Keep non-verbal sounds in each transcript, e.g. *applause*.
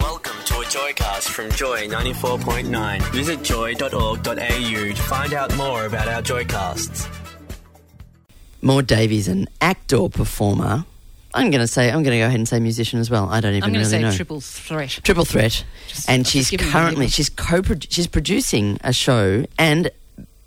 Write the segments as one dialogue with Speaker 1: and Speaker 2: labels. Speaker 1: Welcome to a Joycast from Joy 94.9. Visit joy.org.au to find out more about our Joycasts.
Speaker 2: Maud Davies, an actor performer. I'm going to say I'm going to go ahead and say musician as well. I don't even
Speaker 3: I'm
Speaker 2: really
Speaker 3: going to say
Speaker 2: know.
Speaker 3: triple threat.
Speaker 2: Triple threat, and
Speaker 3: just
Speaker 2: she's
Speaker 3: giving you
Speaker 2: currently
Speaker 3: the-
Speaker 2: she's co she's producing a show and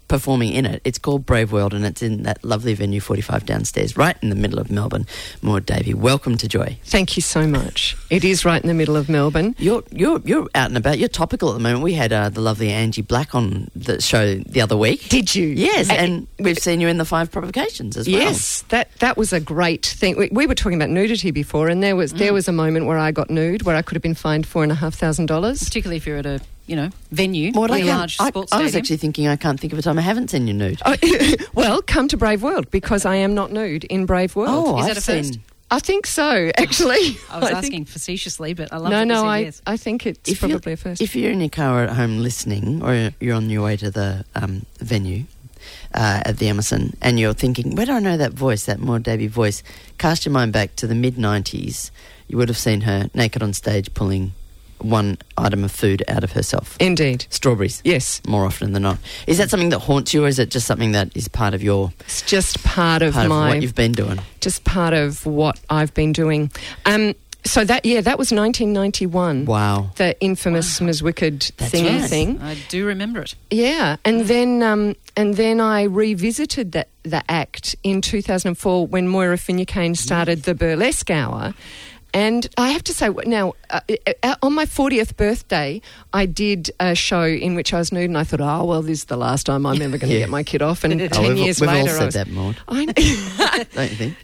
Speaker 2: performing in it. It's called Brave World, and it's in that lovely venue 45 downstairs, right in the middle of Melbourne. Maud Davy, welcome to Joy.
Speaker 4: Thank you so much. It is right in the middle of Melbourne.
Speaker 2: You're you're you're out and about. You're topical at the moment. We had uh, the lovely Angie Black on the show the other week.
Speaker 4: Did you?
Speaker 2: Yes,
Speaker 4: Uh,
Speaker 2: and we've seen you in the Five Provocations as well.
Speaker 4: Yes, that that was a great thing. We, we were talking about nudity before, and there was there was a moment where I got nude, where I could have been fined four and a half thousand dollars.
Speaker 3: Particularly if you're at a you know venue,
Speaker 2: Maud, I
Speaker 3: really
Speaker 2: can't-
Speaker 3: large
Speaker 2: I,
Speaker 3: sports
Speaker 2: I was
Speaker 3: stadium.
Speaker 2: actually thinking I can't think of a time I haven't seen you nude.
Speaker 4: Oh, *laughs* well, come to Brave World because I am not nude in Brave World.
Speaker 2: Oh,
Speaker 3: Is
Speaker 2: I've
Speaker 3: that a
Speaker 2: seen.
Speaker 3: first?
Speaker 4: I think so. *laughs* Actually,
Speaker 3: I was
Speaker 4: think-
Speaker 3: asking facetiously, but I love that
Speaker 4: no,
Speaker 3: you
Speaker 4: no,
Speaker 3: said
Speaker 4: I
Speaker 3: yes.
Speaker 4: I think it's
Speaker 2: you-
Speaker 4: probably a first.
Speaker 2: If you're in your car at home listening, or you're on your way to the um, venue uh, at the Emerson, and you're thinking, "Where do I know that voice? That Maud Davy voice?" Cast your mind back to the mid '90s. You would have seen her naked on stage, pulling one item of food out of herself.
Speaker 4: Indeed,
Speaker 2: Strawberries.
Speaker 4: yes,
Speaker 2: More often than not. Is that something that haunts you, or is it just something that is part of your
Speaker 4: it's just part of
Speaker 2: part
Speaker 4: my
Speaker 2: of what you've been doing?
Speaker 4: just part of what I've been doing. Um, so that yeah, that was 1991.
Speaker 2: Wow.
Speaker 4: The infamous Ms. Wicked
Speaker 2: That's
Speaker 4: thing
Speaker 2: right.
Speaker 4: thing.
Speaker 3: I do remember it.
Speaker 4: Yeah, and then um, and then I revisited that the act in 2004 when Moira Finucane started
Speaker 2: Mm.
Speaker 4: the Burlesque Hour. And I have to say, w- now, uh, uh, on my 40th birthday, I did a show in which I was nude, and I thought, oh, well, this is the last time I'm ever going to
Speaker 2: Yeah.
Speaker 4: get my kid off. And 10
Speaker 2: *laughs* Oh, we've-
Speaker 4: years
Speaker 2: we've all
Speaker 4: later,
Speaker 2: said
Speaker 4: I was.
Speaker 2: that, Maud. *laughs*
Speaker 4: I know.
Speaker 2: Don't you think?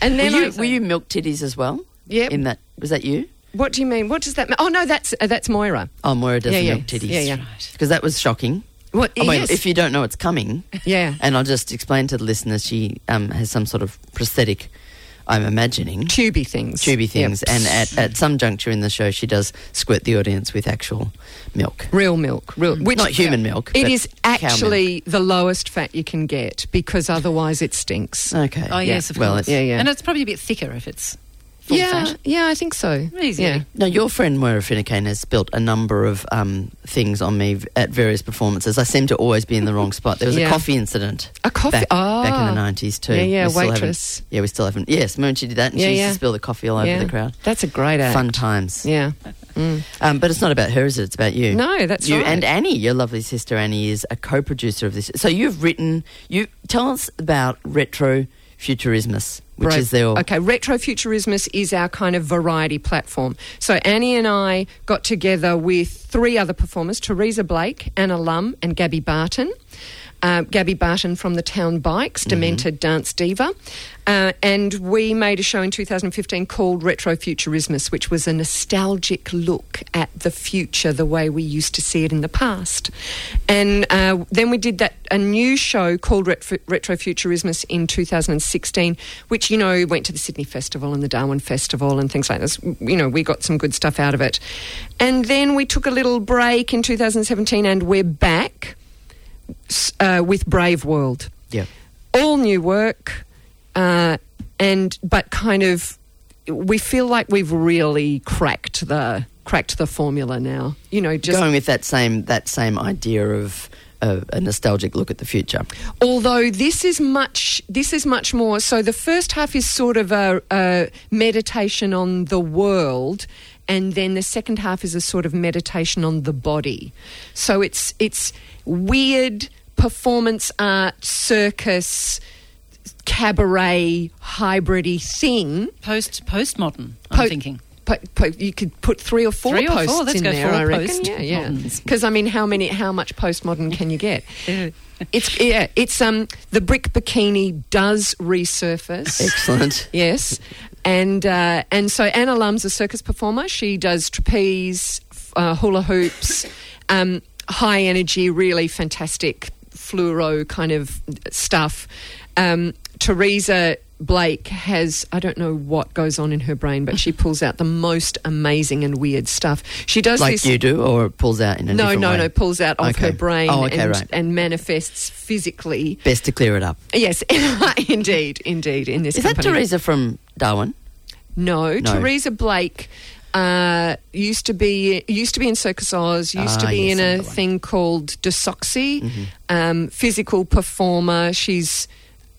Speaker 4: and
Speaker 2: Were
Speaker 4: then I
Speaker 2: you,
Speaker 4: was-
Speaker 2: were you milk titties as well?
Speaker 4: Yep.
Speaker 2: In that was that you?
Speaker 4: What do you mean? What does that mean? Oh, no, that's, uh, that's Moira.
Speaker 2: Oh, Moira does
Speaker 4: Yeah,
Speaker 2: the
Speaker 4: yeah.
Speaker 2: milk titties.
Speaker 4: Yeah, yeah.
Speaker 2: Because that was shocking.
Speaker 4: What,
Speaker 2: I mean,
Speaker 4: yes.
Speaker 2: Oh, if you don't know it's coming,
Speaker 4: Yeah.
Speaker 2: And I'll just explain to the listeners she um, has some sort of prosthetic, I'm imagining,
Speaker 4: Tubey things.
Speaker 2: tubey
Speaker 4: Yep.
Speaker 2: things. And at, at some juncture in the show, she does squirt the audience with actual milk.
Speaker 4: Real milk, real, which
Speaker 2: Mm. Not human milk,
Speaker 4: It
Speaker 2: but
Speaker 4: is
Speaker 2: cow milk.
Speaker 4: actually the lowest fat you can get because otherwise it stinks.
Speaker 2: Okay.
Speaker 3: Oh
Speaker 2: yeah.
Speaker 3: yes, of
Speaker 2: well,
Speaker 3: course.
Speaker 2: it's-
Speaker 4: Uh, yeah, yeah.
Speaker 3: And it's probably a bit thicker if it's full
Speaker 4: yeah,
Speaker 3: fat.
Speaker 4: yeah, I think so.
Speaker 3: Easy.
Speaker 4: Yeah.
Speaker 2: No, your friend Moira Finnecane has built a number of um, things on me v- at various performances. I seem to always be in the wrong spot. There was a
Speaker 4: Yeah.
Speaker 2: coffee incident.
Speaker 4: A coffee-
Speaker 2: back, back in
Speaker 4: ah.
Speaker 2: the nineties too.
Speaker 4: Yeah, yeah,
Speaker 2: We still haven't-
Speaker 4: waitress.
Speaker 2: Yeah, we still haven't. Yes, Moon. She did that, and
Speaker 4: Yeah,
Speaker 2: she used
Speaker 4: yeah.
Speaker 2: to spill the coffee all over
Speaker 4: yeah.
Speaker 2: the crowd.
Speaker 4: That's a great act.
Speaker 2: Fun times.
Speaker 4: Yeah.
Speaker 2: Um, but it's not about her, is it? It's about you.
Speaker 4: No, that's
Speaker 2: you
Speaker 4: right.
Speaker 2: and Annie. Your lovely sister Annie is a co-producer of this. So you've written. You tell us about retro futurismus, which
Speaker 4: Right.
Speaker 2: is their
Speaker 4: okay. Retrofuturismus is our kind of variety platform. So Annie and I got together with three other performers: Teresa Blake, Anna Lum, and Gabby Barton. Uh, Gabby Barton from the Town
Speaker 2: Mm-hmm.
Speaker 4: Bikes, Demented Dance Diva. Uh, and we made a show in 2015 called Retrofuturismus, which was a nostalgic look at the future, the way we used to see it in the past. And uh, then we did that a new show called Retro- Retrofuturismus in 2016, which you know went to the Sydney Festival and the Darwin Festival and things like this. You know, we got some good stuff out of it. And then we took a little break in 2017, and we're back s- uh, with Brave World
Speaker 2: yeah.
Speaker 4: all new work, uh, and but kind of we feel like we've really cracked the cracked the formula now. You know, just
Speaker 2: going with that same that same idea of uh, a nostalgic look at the future.
Speaker 4: although this is much this is much more. So the first half is sort of a, a meditation on the world. And then the second half is a sort of meditation on the body. So it's it's weird performance art, circus, cabaret, hybridy thing.
Speaker 3: Post postmodern. I'm
Speaker 4: Po-
Speaker 3: thinking.
Speaker 4: Po- po- you could put three or four
Speaker 3: Three or four,
Speaker 4: posts
Speaker 3: let's
Speaker 4: in
Speaker 3: go
Speaker 4: there.
Speaker 3: four
Speaker 4: I reckon.
Speaker 3: post
Speaker 4: Yeah, yeah.
Speaker 3: moderns.
Speaker 4: Because I mean, how many? How much postmodern can
Speaker 3: *laughs*
Speaker 4: you get? it's yeah. It's um. The brick bikini does resurface.
Speaker 2: Excellent.
Speaker 4: yes. And uh, and so Anna Lum's a circus performer. She does trapeze, f- uh, hula
Speaker 2: *laughs*
Speaker 4: hoops, um, high energy, really fantastic fluoro kind of stuff. Um, Teresa Blake has, I don't know what goes on in her
Speaker 2: *laughs*
Speaker 4: brain, but she pulls out the most amazing and weird stuff. She does
Speaker 2: like
Speaker 4: *laughs* this.
Speaker 2: you do, or it pulls out in a
Speaker 4: no,
Speaker 2: different
Speaker 4: no,
Speaker 2: way?
Speaker 4: no, pulls out of
Speaker 2: Okay.
Speaker 4: her brain
Speaker 2: Oh, okay,
Speaker 4: and,
Speaker 2: right.
Speaker 4: and manifests physically.
Speaker 2: Best to clear it up.
Speaker 4: Yes, *laughs* indeed, indeed, in this
Speaker 2: Is that
Speaker 4: company.
Speaker 2: Teresa from Darwin?
Speaker 4: No,
Speaker 2: No.
Speaker 4: Teresa Blake uh, used to be used to be in Circus Oz. Used to
Speaker 2: Ah,
Speaker 4: be
Speaker 2: yes,
Speaker 4: in
Speaker 2: I know
Speaker 4: a
Speaker 2: that one. Mm-hmm.
Speaker 4: thing called Desoxy, um, physical performer. She's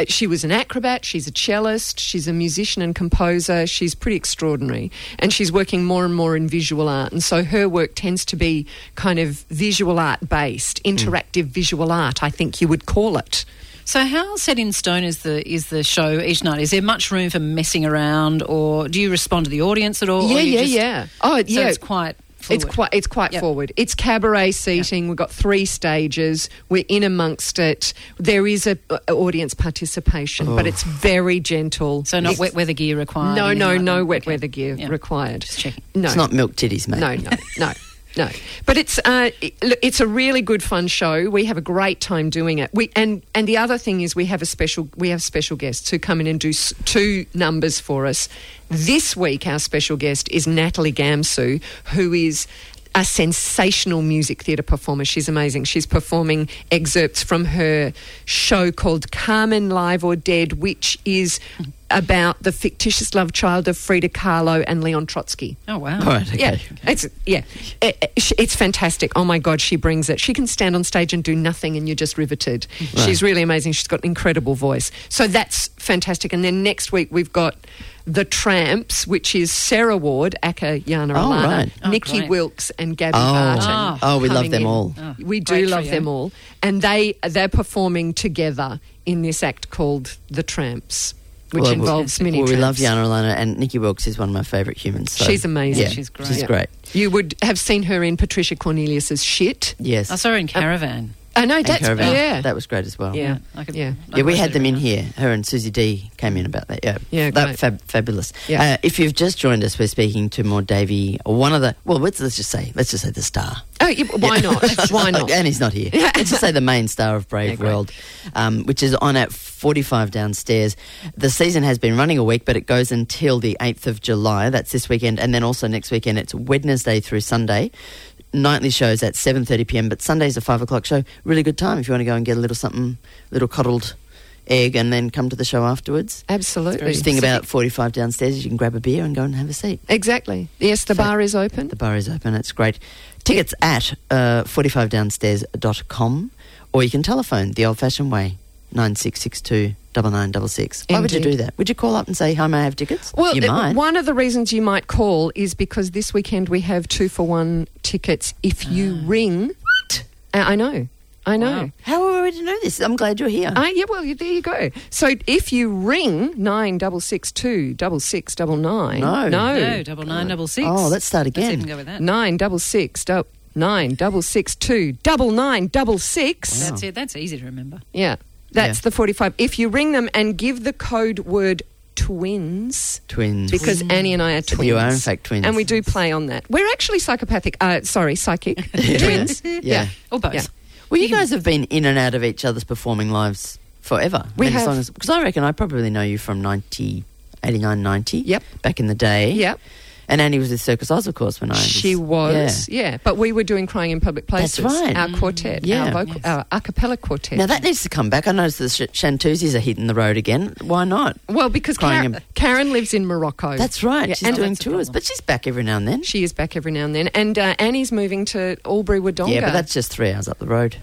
Speaker 4: she was an acrobat. She's a cellist. She's a musician and composer. She's pretty extraordinary, and she's working more and more in visual art. And so her work tends to be kind of visual art based, interactive
Speaker 2: Mm.
Speaker 4: visual art. I think you would call it.
Speaker 3: So how set in stone is the is the show each night? Is there much room for messing around, or do you respond to the audience at all? or
Speaker 4: Yeah,
Speaker 3: you
Speaker 4: yeah,
Speaker 3: just-
Speaker 4: yeah. Oh, it-
Speaker 3: so
Speaker 4: yeah.
Speaker 3: it's quite. Fluid.
Speaker 4: It's quite it's quite
Speaker 3: Yep.
Speaker 4: forward. It's cabaret seating. We've got three stages. We're in amongst it. There is a, a audience participation, but it's very gentle.
Speaker 3: So not
Speaker 4: It's-
Speaker 3: wet weather gear required.
Speaker 4: No,
Speaker 3: anything
Speaker 4: no,
Speaker 3: like
Speaker 4: no
Speaker 3: that?
Speaker 4: wet
Speaker 3: Okay.
Speaker 4: weather gear
Speaker 3: Yeah.
Speaker 4: required.
Speaker 3: Just checking.
Speaker 4: No,
Speaker 2: It's not milk titties, mate.
Speaker 4: no, no, no, no. But it's uh, it, look, it's a really good fun show. We have a great time doing it. We and and the other thing is we have a special we have special guests who come in and do s- two numbers for us. This week our special guest is Natalie Gamsu, who is. A sensational music theatre performer. She's amazing. She's performing excerpts from her show called Carmen Live or Dead, which is about the fictitious love child of Frida Kahlo and Leon Trotsky.
Speaker 3: Oh wow.
Speaker 2: All right, okay.
Speaker 4: Yeah, it's yeah, It- it- sh- it's fantastic. Oh my god, she brings it. She can stand on stage and do nothing, and you're just riveted. She's really amazing. She's got an incredible voice. So that's fantastic. And then next week we've got the Tramps, which is Sarah Ward, Aka Yana
Speaker 2: Oh,
Speaker 4: Alana,
Speaker 2: right.
Speaker 3: Oh,
Speaker 4: Nikki
Speaker 3: great.
Speaker 4: Wilkes, and Gabby
Speaker 2: Oh.
Speaker 4: Barton.
Speaker 2: Oh, we love
Speaker 4: coming
Speaker 2: them
Speaker 4: in.
Speaker 2: all.
Speaker 3: Oh,
Speaker 4: we do
Speaker 3: great
Speaker 4: love
Speaker 3: trio.
Speaker 4: them all, and they they're performing together in this act called the Tramps, which
Speaker 2: Well,
Speaker 4: involves mini.
Speaker 2: Well, we love
Speaker 4: tramps.
Speaker 2: Yana Alana, and Nikki Wilkes is one of my favourite humans. so-
Speaker 4: She's amazing.
Speaker 2: Yeah,
Speaker 3: She's great.
Speaker 2: She's
Speaker 3: Yeah.
Speaker 2: great.
Speaker 4: You would have seen her in Patricia Cornelius's Shit.
Speaker 2: Yes.
Speaker 3: I saw her in Caravan.
Speaker 4: I know
Speaker 2: And
Speaker 4: that's
Speaker 2: Caravan.
Speaker 4: yeah.
Speaker 2: That was great as well.
Speaker 4: Um, Yeah.
Speaker 3: I could,
Speaker 4: Yeah.
Speaker 3: I
Speaker 2: Yeah, we
Speaker 3: watched
Speaker 2: had
Speaker 3: it
Speaker 2: them in
Speaker 3: around.
Speaker 2: here. Her and Susie D came in about that. Yeah,
Speaker 4: Yeah,
Speaker 2: that
Speaker 4: great.
Speaker 2: fab- fabulous.
Speaker 4: Yeah.
Speaker 2: Uh, if you've just joined us, we're speaking to Maud Davy, one of the well, let's, let's just say, let's just say the star.
Speaker 4: oh, yeah,
Speaker 2: *laughs*
Speaker 4: why not? Why not?
Speaker 2: and he's not here. Let's just say the main star of Brave
Speaker 4: *laughs* Yeah, great.
Speaker 2: World, um, which is on at 45 downstairs. The season has been running a week, but it goes until the 8th of July. That's this weekend, and then also next weekend. It's Wednesday through Sunday. Nightly shows at 7:30 p.m. But Sunday's a five o'clock show. Really good time if you want to go and get a little something, little coddled egg, and then come to the show afterwards.
Speaker 4: Absolutely.
Speaker 2: Just think about 45 downstairs. You can grab a beer and go and have a seat.
Speaker 4: Exactly. Yes, the
Speaker 2: So-
Speaker 4: bar is open.
Speaker 2: The bar is open. It's great. Tickets at uh, 45downstairs.com or you can telephone the old fashioned way 9662 9966. Why would you
Speaker 4: Indeed.
Speaker 2: do that? Would you call up and say, Hi, may I have tickets?
Speaker 4: Well,
Speaker 2: you
Speaker 4: th-
Speaker 2: might.
Speaker 4: one of the reasons you might call is because this weekend we have two for one tickets if
Speaker 2: Ah.
Speaker 4: you ring. What? I I know. I know.
Speaker 3: Wow.
Speaker 2: How are we to know this? I'm glad you're here.
Speaker 4: Ah, yeah, well, you- there you go. So if you ring nine double six two double six double nine,
Speaker 2: No.
Speaker 3: No, double nine, double six.
Speaker 2: Oh, let's start again.
Speaker 3: Let's even go with that.
Speaker 4: nine double six dou- nine double six two double nine double six.
Speaker 3: That's it. That's easy to remember.
Speaker 4: Yeah. That's
Speaker 2: Yeah.
Speaker 4: the 45. If you ring them and give the code word twins,
Speaker 2: Twins. *laughs*
Speaker 4: because *laughs* Annie and I are twins.
Speaker 2: You are, in fact, twins.
Speaker 4: And we do play on that. We're actually psychopathic, uh, sorry, psychic
Speaker 2: *laughs* Yeah.
Speaker 4: twins.
Speaker 2: Yeah.
Speaker 3: Or both.
Speaker 4: Yeah.
Speaker 2: Well, you guys have been in and out of each other's performing lives forever.
Speaker 4: We have.
Speaker 2: Because I reckon I probably know you from 90, 89, 90.
Speaker 4: Yep.
Speaker 2: Back in the day.
Speaker 4: Yep.
Speaker 2: And Annie was with Circus Oz, of course, when I was.
Speaker 4: She was, yeah. But we were doing Crying in Public
Speaker 2: That's
Speaker 4: Places.
Speaker 2: right.
Speaker 4: Our quartet,
Speaker 2: Yeah.
Speaker 4: our, vocal,
Speaker 3: Yes.
Speaker 4: our a cappella quartet.
Speaker 2: Now that needs to come back. I noticed the sh- Shantuzies are hitting the road again. Why not?
Speaker 4: well, because
Speaker 2: Crying
Speaker 4: Karen,
Speaker 2: in-
Speaker 4: Karen lives in Morocco.
Speaker 2: That's right.
Speaker 4: Oh, Yeah,
Speaker 2: she's
Speaker 4: and-
Speaker 2: doing
Speaker 3: that's a
Speaker 2: tours,
Speaker 3: problem.
Speaker 2: but she's back every now and then.
Speaker 4: She is back every now and then. And uh, Annie's moving to Albury Wodonga.
Speaker 2: yeah, but that's just three hours up the road.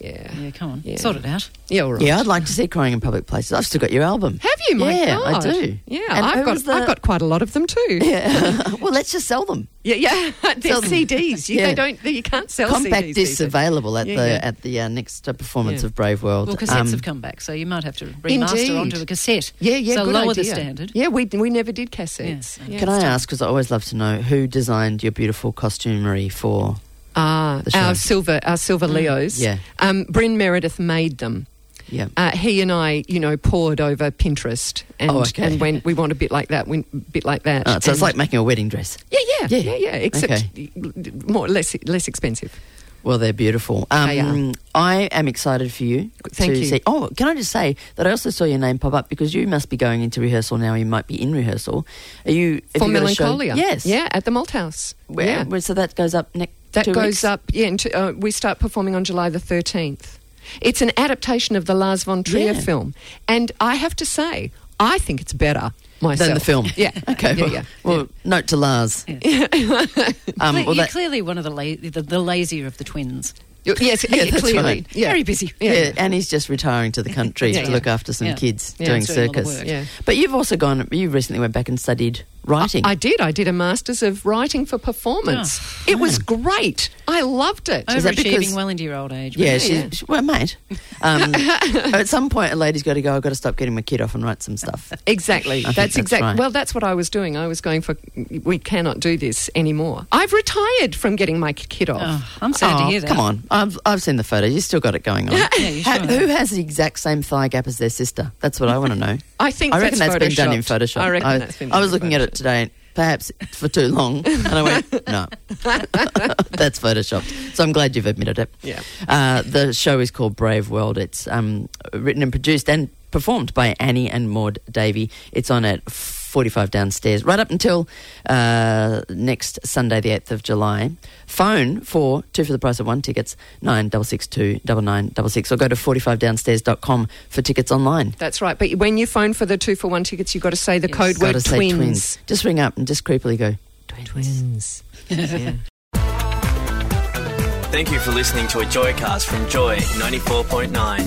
Speaker 4: Yeah.
Speaker 3: Yeah, come on.
Speaker 4: Yeah.
Speaker 3: Sort it out.
Speaker 4: Yeah, all right.
Speaker 2: Yeah, I'd like to see crying in public places. I've still got your album.
Speaker 4: Have you? My
Speaker 2: yeah,
Speaker 4: God.
Speaker 2: I do.
Speaker 4: Yeah,
Speaker 2: And who
Speaker 4: I've
Speaker 2: was
Speaker 4: got
Speaker 2: the-
Speaker 4: I've got quite a lot of them too.
Speaker 2: *laughs* Yeah. well, let's just sell them.
Speaker 4: Yeah, yeah. *laughs* They're
Speaker 2: Sell them.
Speaker 4: CDs. You,
Speaker 2: Yeah.
Speaker 4: They don't. You can't sell
Speaker 2: Compact
Speaker 4: CDs.
Speaker 2: discs
Speaker 4: these days.
Speaker 2: available at
Speaker 4: Yeah,
Speaker 2: the
Speaker 4: yeah.
Speaker 2: at the uh, next uh, performance
Speaker 4: Yeah.
Speaker 2: of Brave World.
Speaker 3: Well, cassettes
Speaker 2: Um,
Speaker 3: have come back, so you might have to remaster
Speaker 4: Indeed.
Speaker 3: onto a cassette.
Speaker 4: Yeah, yeah.
Speaker 3: So
Speaker 4: good
Speaker 3: lower the
Speaker 4: idea.
Speaker 3: standard.
Speaker 4: Yeah, we we never did cassettes.
Speaker 3: Yes.
Speaker 4: Yeah.
Speaker 2: Can I ask? Because I always love to know who designed your beautiful costumery for.
Speaker 4: Ah,
Speaker 2: The show. Mm.
Speaker 4: our silver, our silver Leos.
Speaker 2: Yeah.
Speaker 4: Um, Bryn Meredith made them.
Speaker 2: Yeah.
Speaker 4: Uh, he and I, you know, poured over Pinterest and,
Speaker 2: Oh, okay.
Speaker 4: and went, we want a bit like that, we, bit like that.
Speaker 2: Oh, so it's
Speaker 4: And-
Speaker 2: like making a wedding dress.
Speaker 4: yeah, yeah, yeah, yeah, except
Speaker 2: Okay.
Speaker 4: more less less expensive.
Speaker 2: Well, they're beautiful. Um,
Speaker 4: They are.
Speaker 2: I am excited for you.
Speaker 4: Thank
Speaker 2: to
Speaker 4: you.
Speaker 2: See. Oh, can I just say that I also saw your name pop up because you must be going into rehearsal now. You might be in rehearsal. Are you have
Speaker 4: For
Speaker 2: you got a show-
Speaker 4: melancholia,
Speaker 2: Yes.
Speaker 4: yeah, at the Malthouse.
Speaker 2: Where,
Speaker 4: yeah.
Speaker 2: where- so that goes up next.
Speaker 4: That
Speaker 2: two
Speaker 4: goes
Speaker 2: weeks?
Speaker 4: up. Yeah, and to, uh, we start performing on July the thirteenth. It's an adaptation of the Lars von Trier
Speaker 2: Yeah.
Speaker 4: film, and I have to say, I think it's better myself
Speaker 2: than the film.
Speaker 4: Yeah.
Speaker 2: *laughs* Okay.
Speaker 4: Yeah.
Speaker 2: well,
Speaker 4: yeah.
Speaker 2: well, note to Lars. *laughs* um,
Speaker 3: Cle-
Speaker 2: well,
Speaker 3: you're
Speaker 2: that-
Speaker 3: clearly one of the, la- the the lazier of the twins.
Speaker 4: Y- Yes,
Speaker 2: Yeah, *laughs* that's
Speaker 4: clearly.
Speaker 2: right.
Speaker 4: Yeah.
Speaker 3: Very busy.
Speaker 2: yeah, and he's just retiring to the country
Speaker 3: Yeah,
Speaker 2: to
Speaker 3: yeah.
Speaker 2: look after some
Speaker 3: Yeah.
Speaker 2: kids
Speaker 3: Yeah,
Speaker 2: doing
Speaker 3: he's doing all the
Speaker 2: circus.
Speaker 3: work.
Speaker 4: Yeah.
Speaker 2: But you've also gone. You recently went back and studied writing.
Speaker 4: I did. I did a master's of writing for performance. It was great. I loved it.
Speaker 2: Ah, Is that
Speaker 3: Overachieving
Speaker 2: because-
Speaker 3: well into your old age.
Speaker 2: Yeah,
Speaker 3: mate.
Speaker 2: she, she- well, mate.
Speaker 3: *laughs*
Speaker 2: Um, at some point, a lady's got to go. I've got to stop getting my kid off and write some stuff.
Speaker 4: Exactly.
Speaker 2: think
Speaker 4: That's
Speaker 2: that's
Speaker 4: exactly.
Speaker 2: right.
Speaker 4: Well, that's what I was doing. I was going for. We cannot do this anymore. I've retired from getting my kid off.
Speaker 3: Oh, I'm sad to
Speaker 2: Oh,
Speaker 3: hear that.
Speaker 2: Come on, I've I've seen the photo. You still got it going on.
Speaker 3: *laughs* Yeah, you
Speaker 2: Ha-
Speaker 3: sure
Speaker 2: who
Speaker 3: have.
Speaker 2: has the exact same thigh gap as their sister? That's what I want to know.
Speaker 4: I think
Speaker 2: I reckon
Speaker 4: that's
Speaker 2: been done in
Speaker 4: photoshopped.
Speaker 2: Photoshop.
Speaker 4: I reckon that's been
Speaker 2: I was
Speaker 4: done in
Speaker 2: looking at it
Speaker 4: Photoshop.
Speaker 2: today, perhaps for too
Speaker 4: *laughs*
Speaker 2: long, and I went, no, that's photoshopped. So I'm glad you've admitted it.
Speaker 4: Yeah.
Speaker 2: Uh, the show is called Brave World. It's um, written and produced and performed by Annie and Maud Davey. It's on at 45 downstairs, right up until uh, next Sunday, the 8th of July. Phone for two for the price of one tickets, 9662 9966, or go to 45downstairs.com for tickets online.
Speaker 4: That's right. But when you phone for the two for one tickets, you've got to say the code
Speaker 2: Gotta
Speaker 4: word
Speaker 2: say twins. Just ring up and just creepily go,
Speaker 4: Twins. Yeah.
Speaker 1: Thank you for listening to a Joycast from Joy 94.9.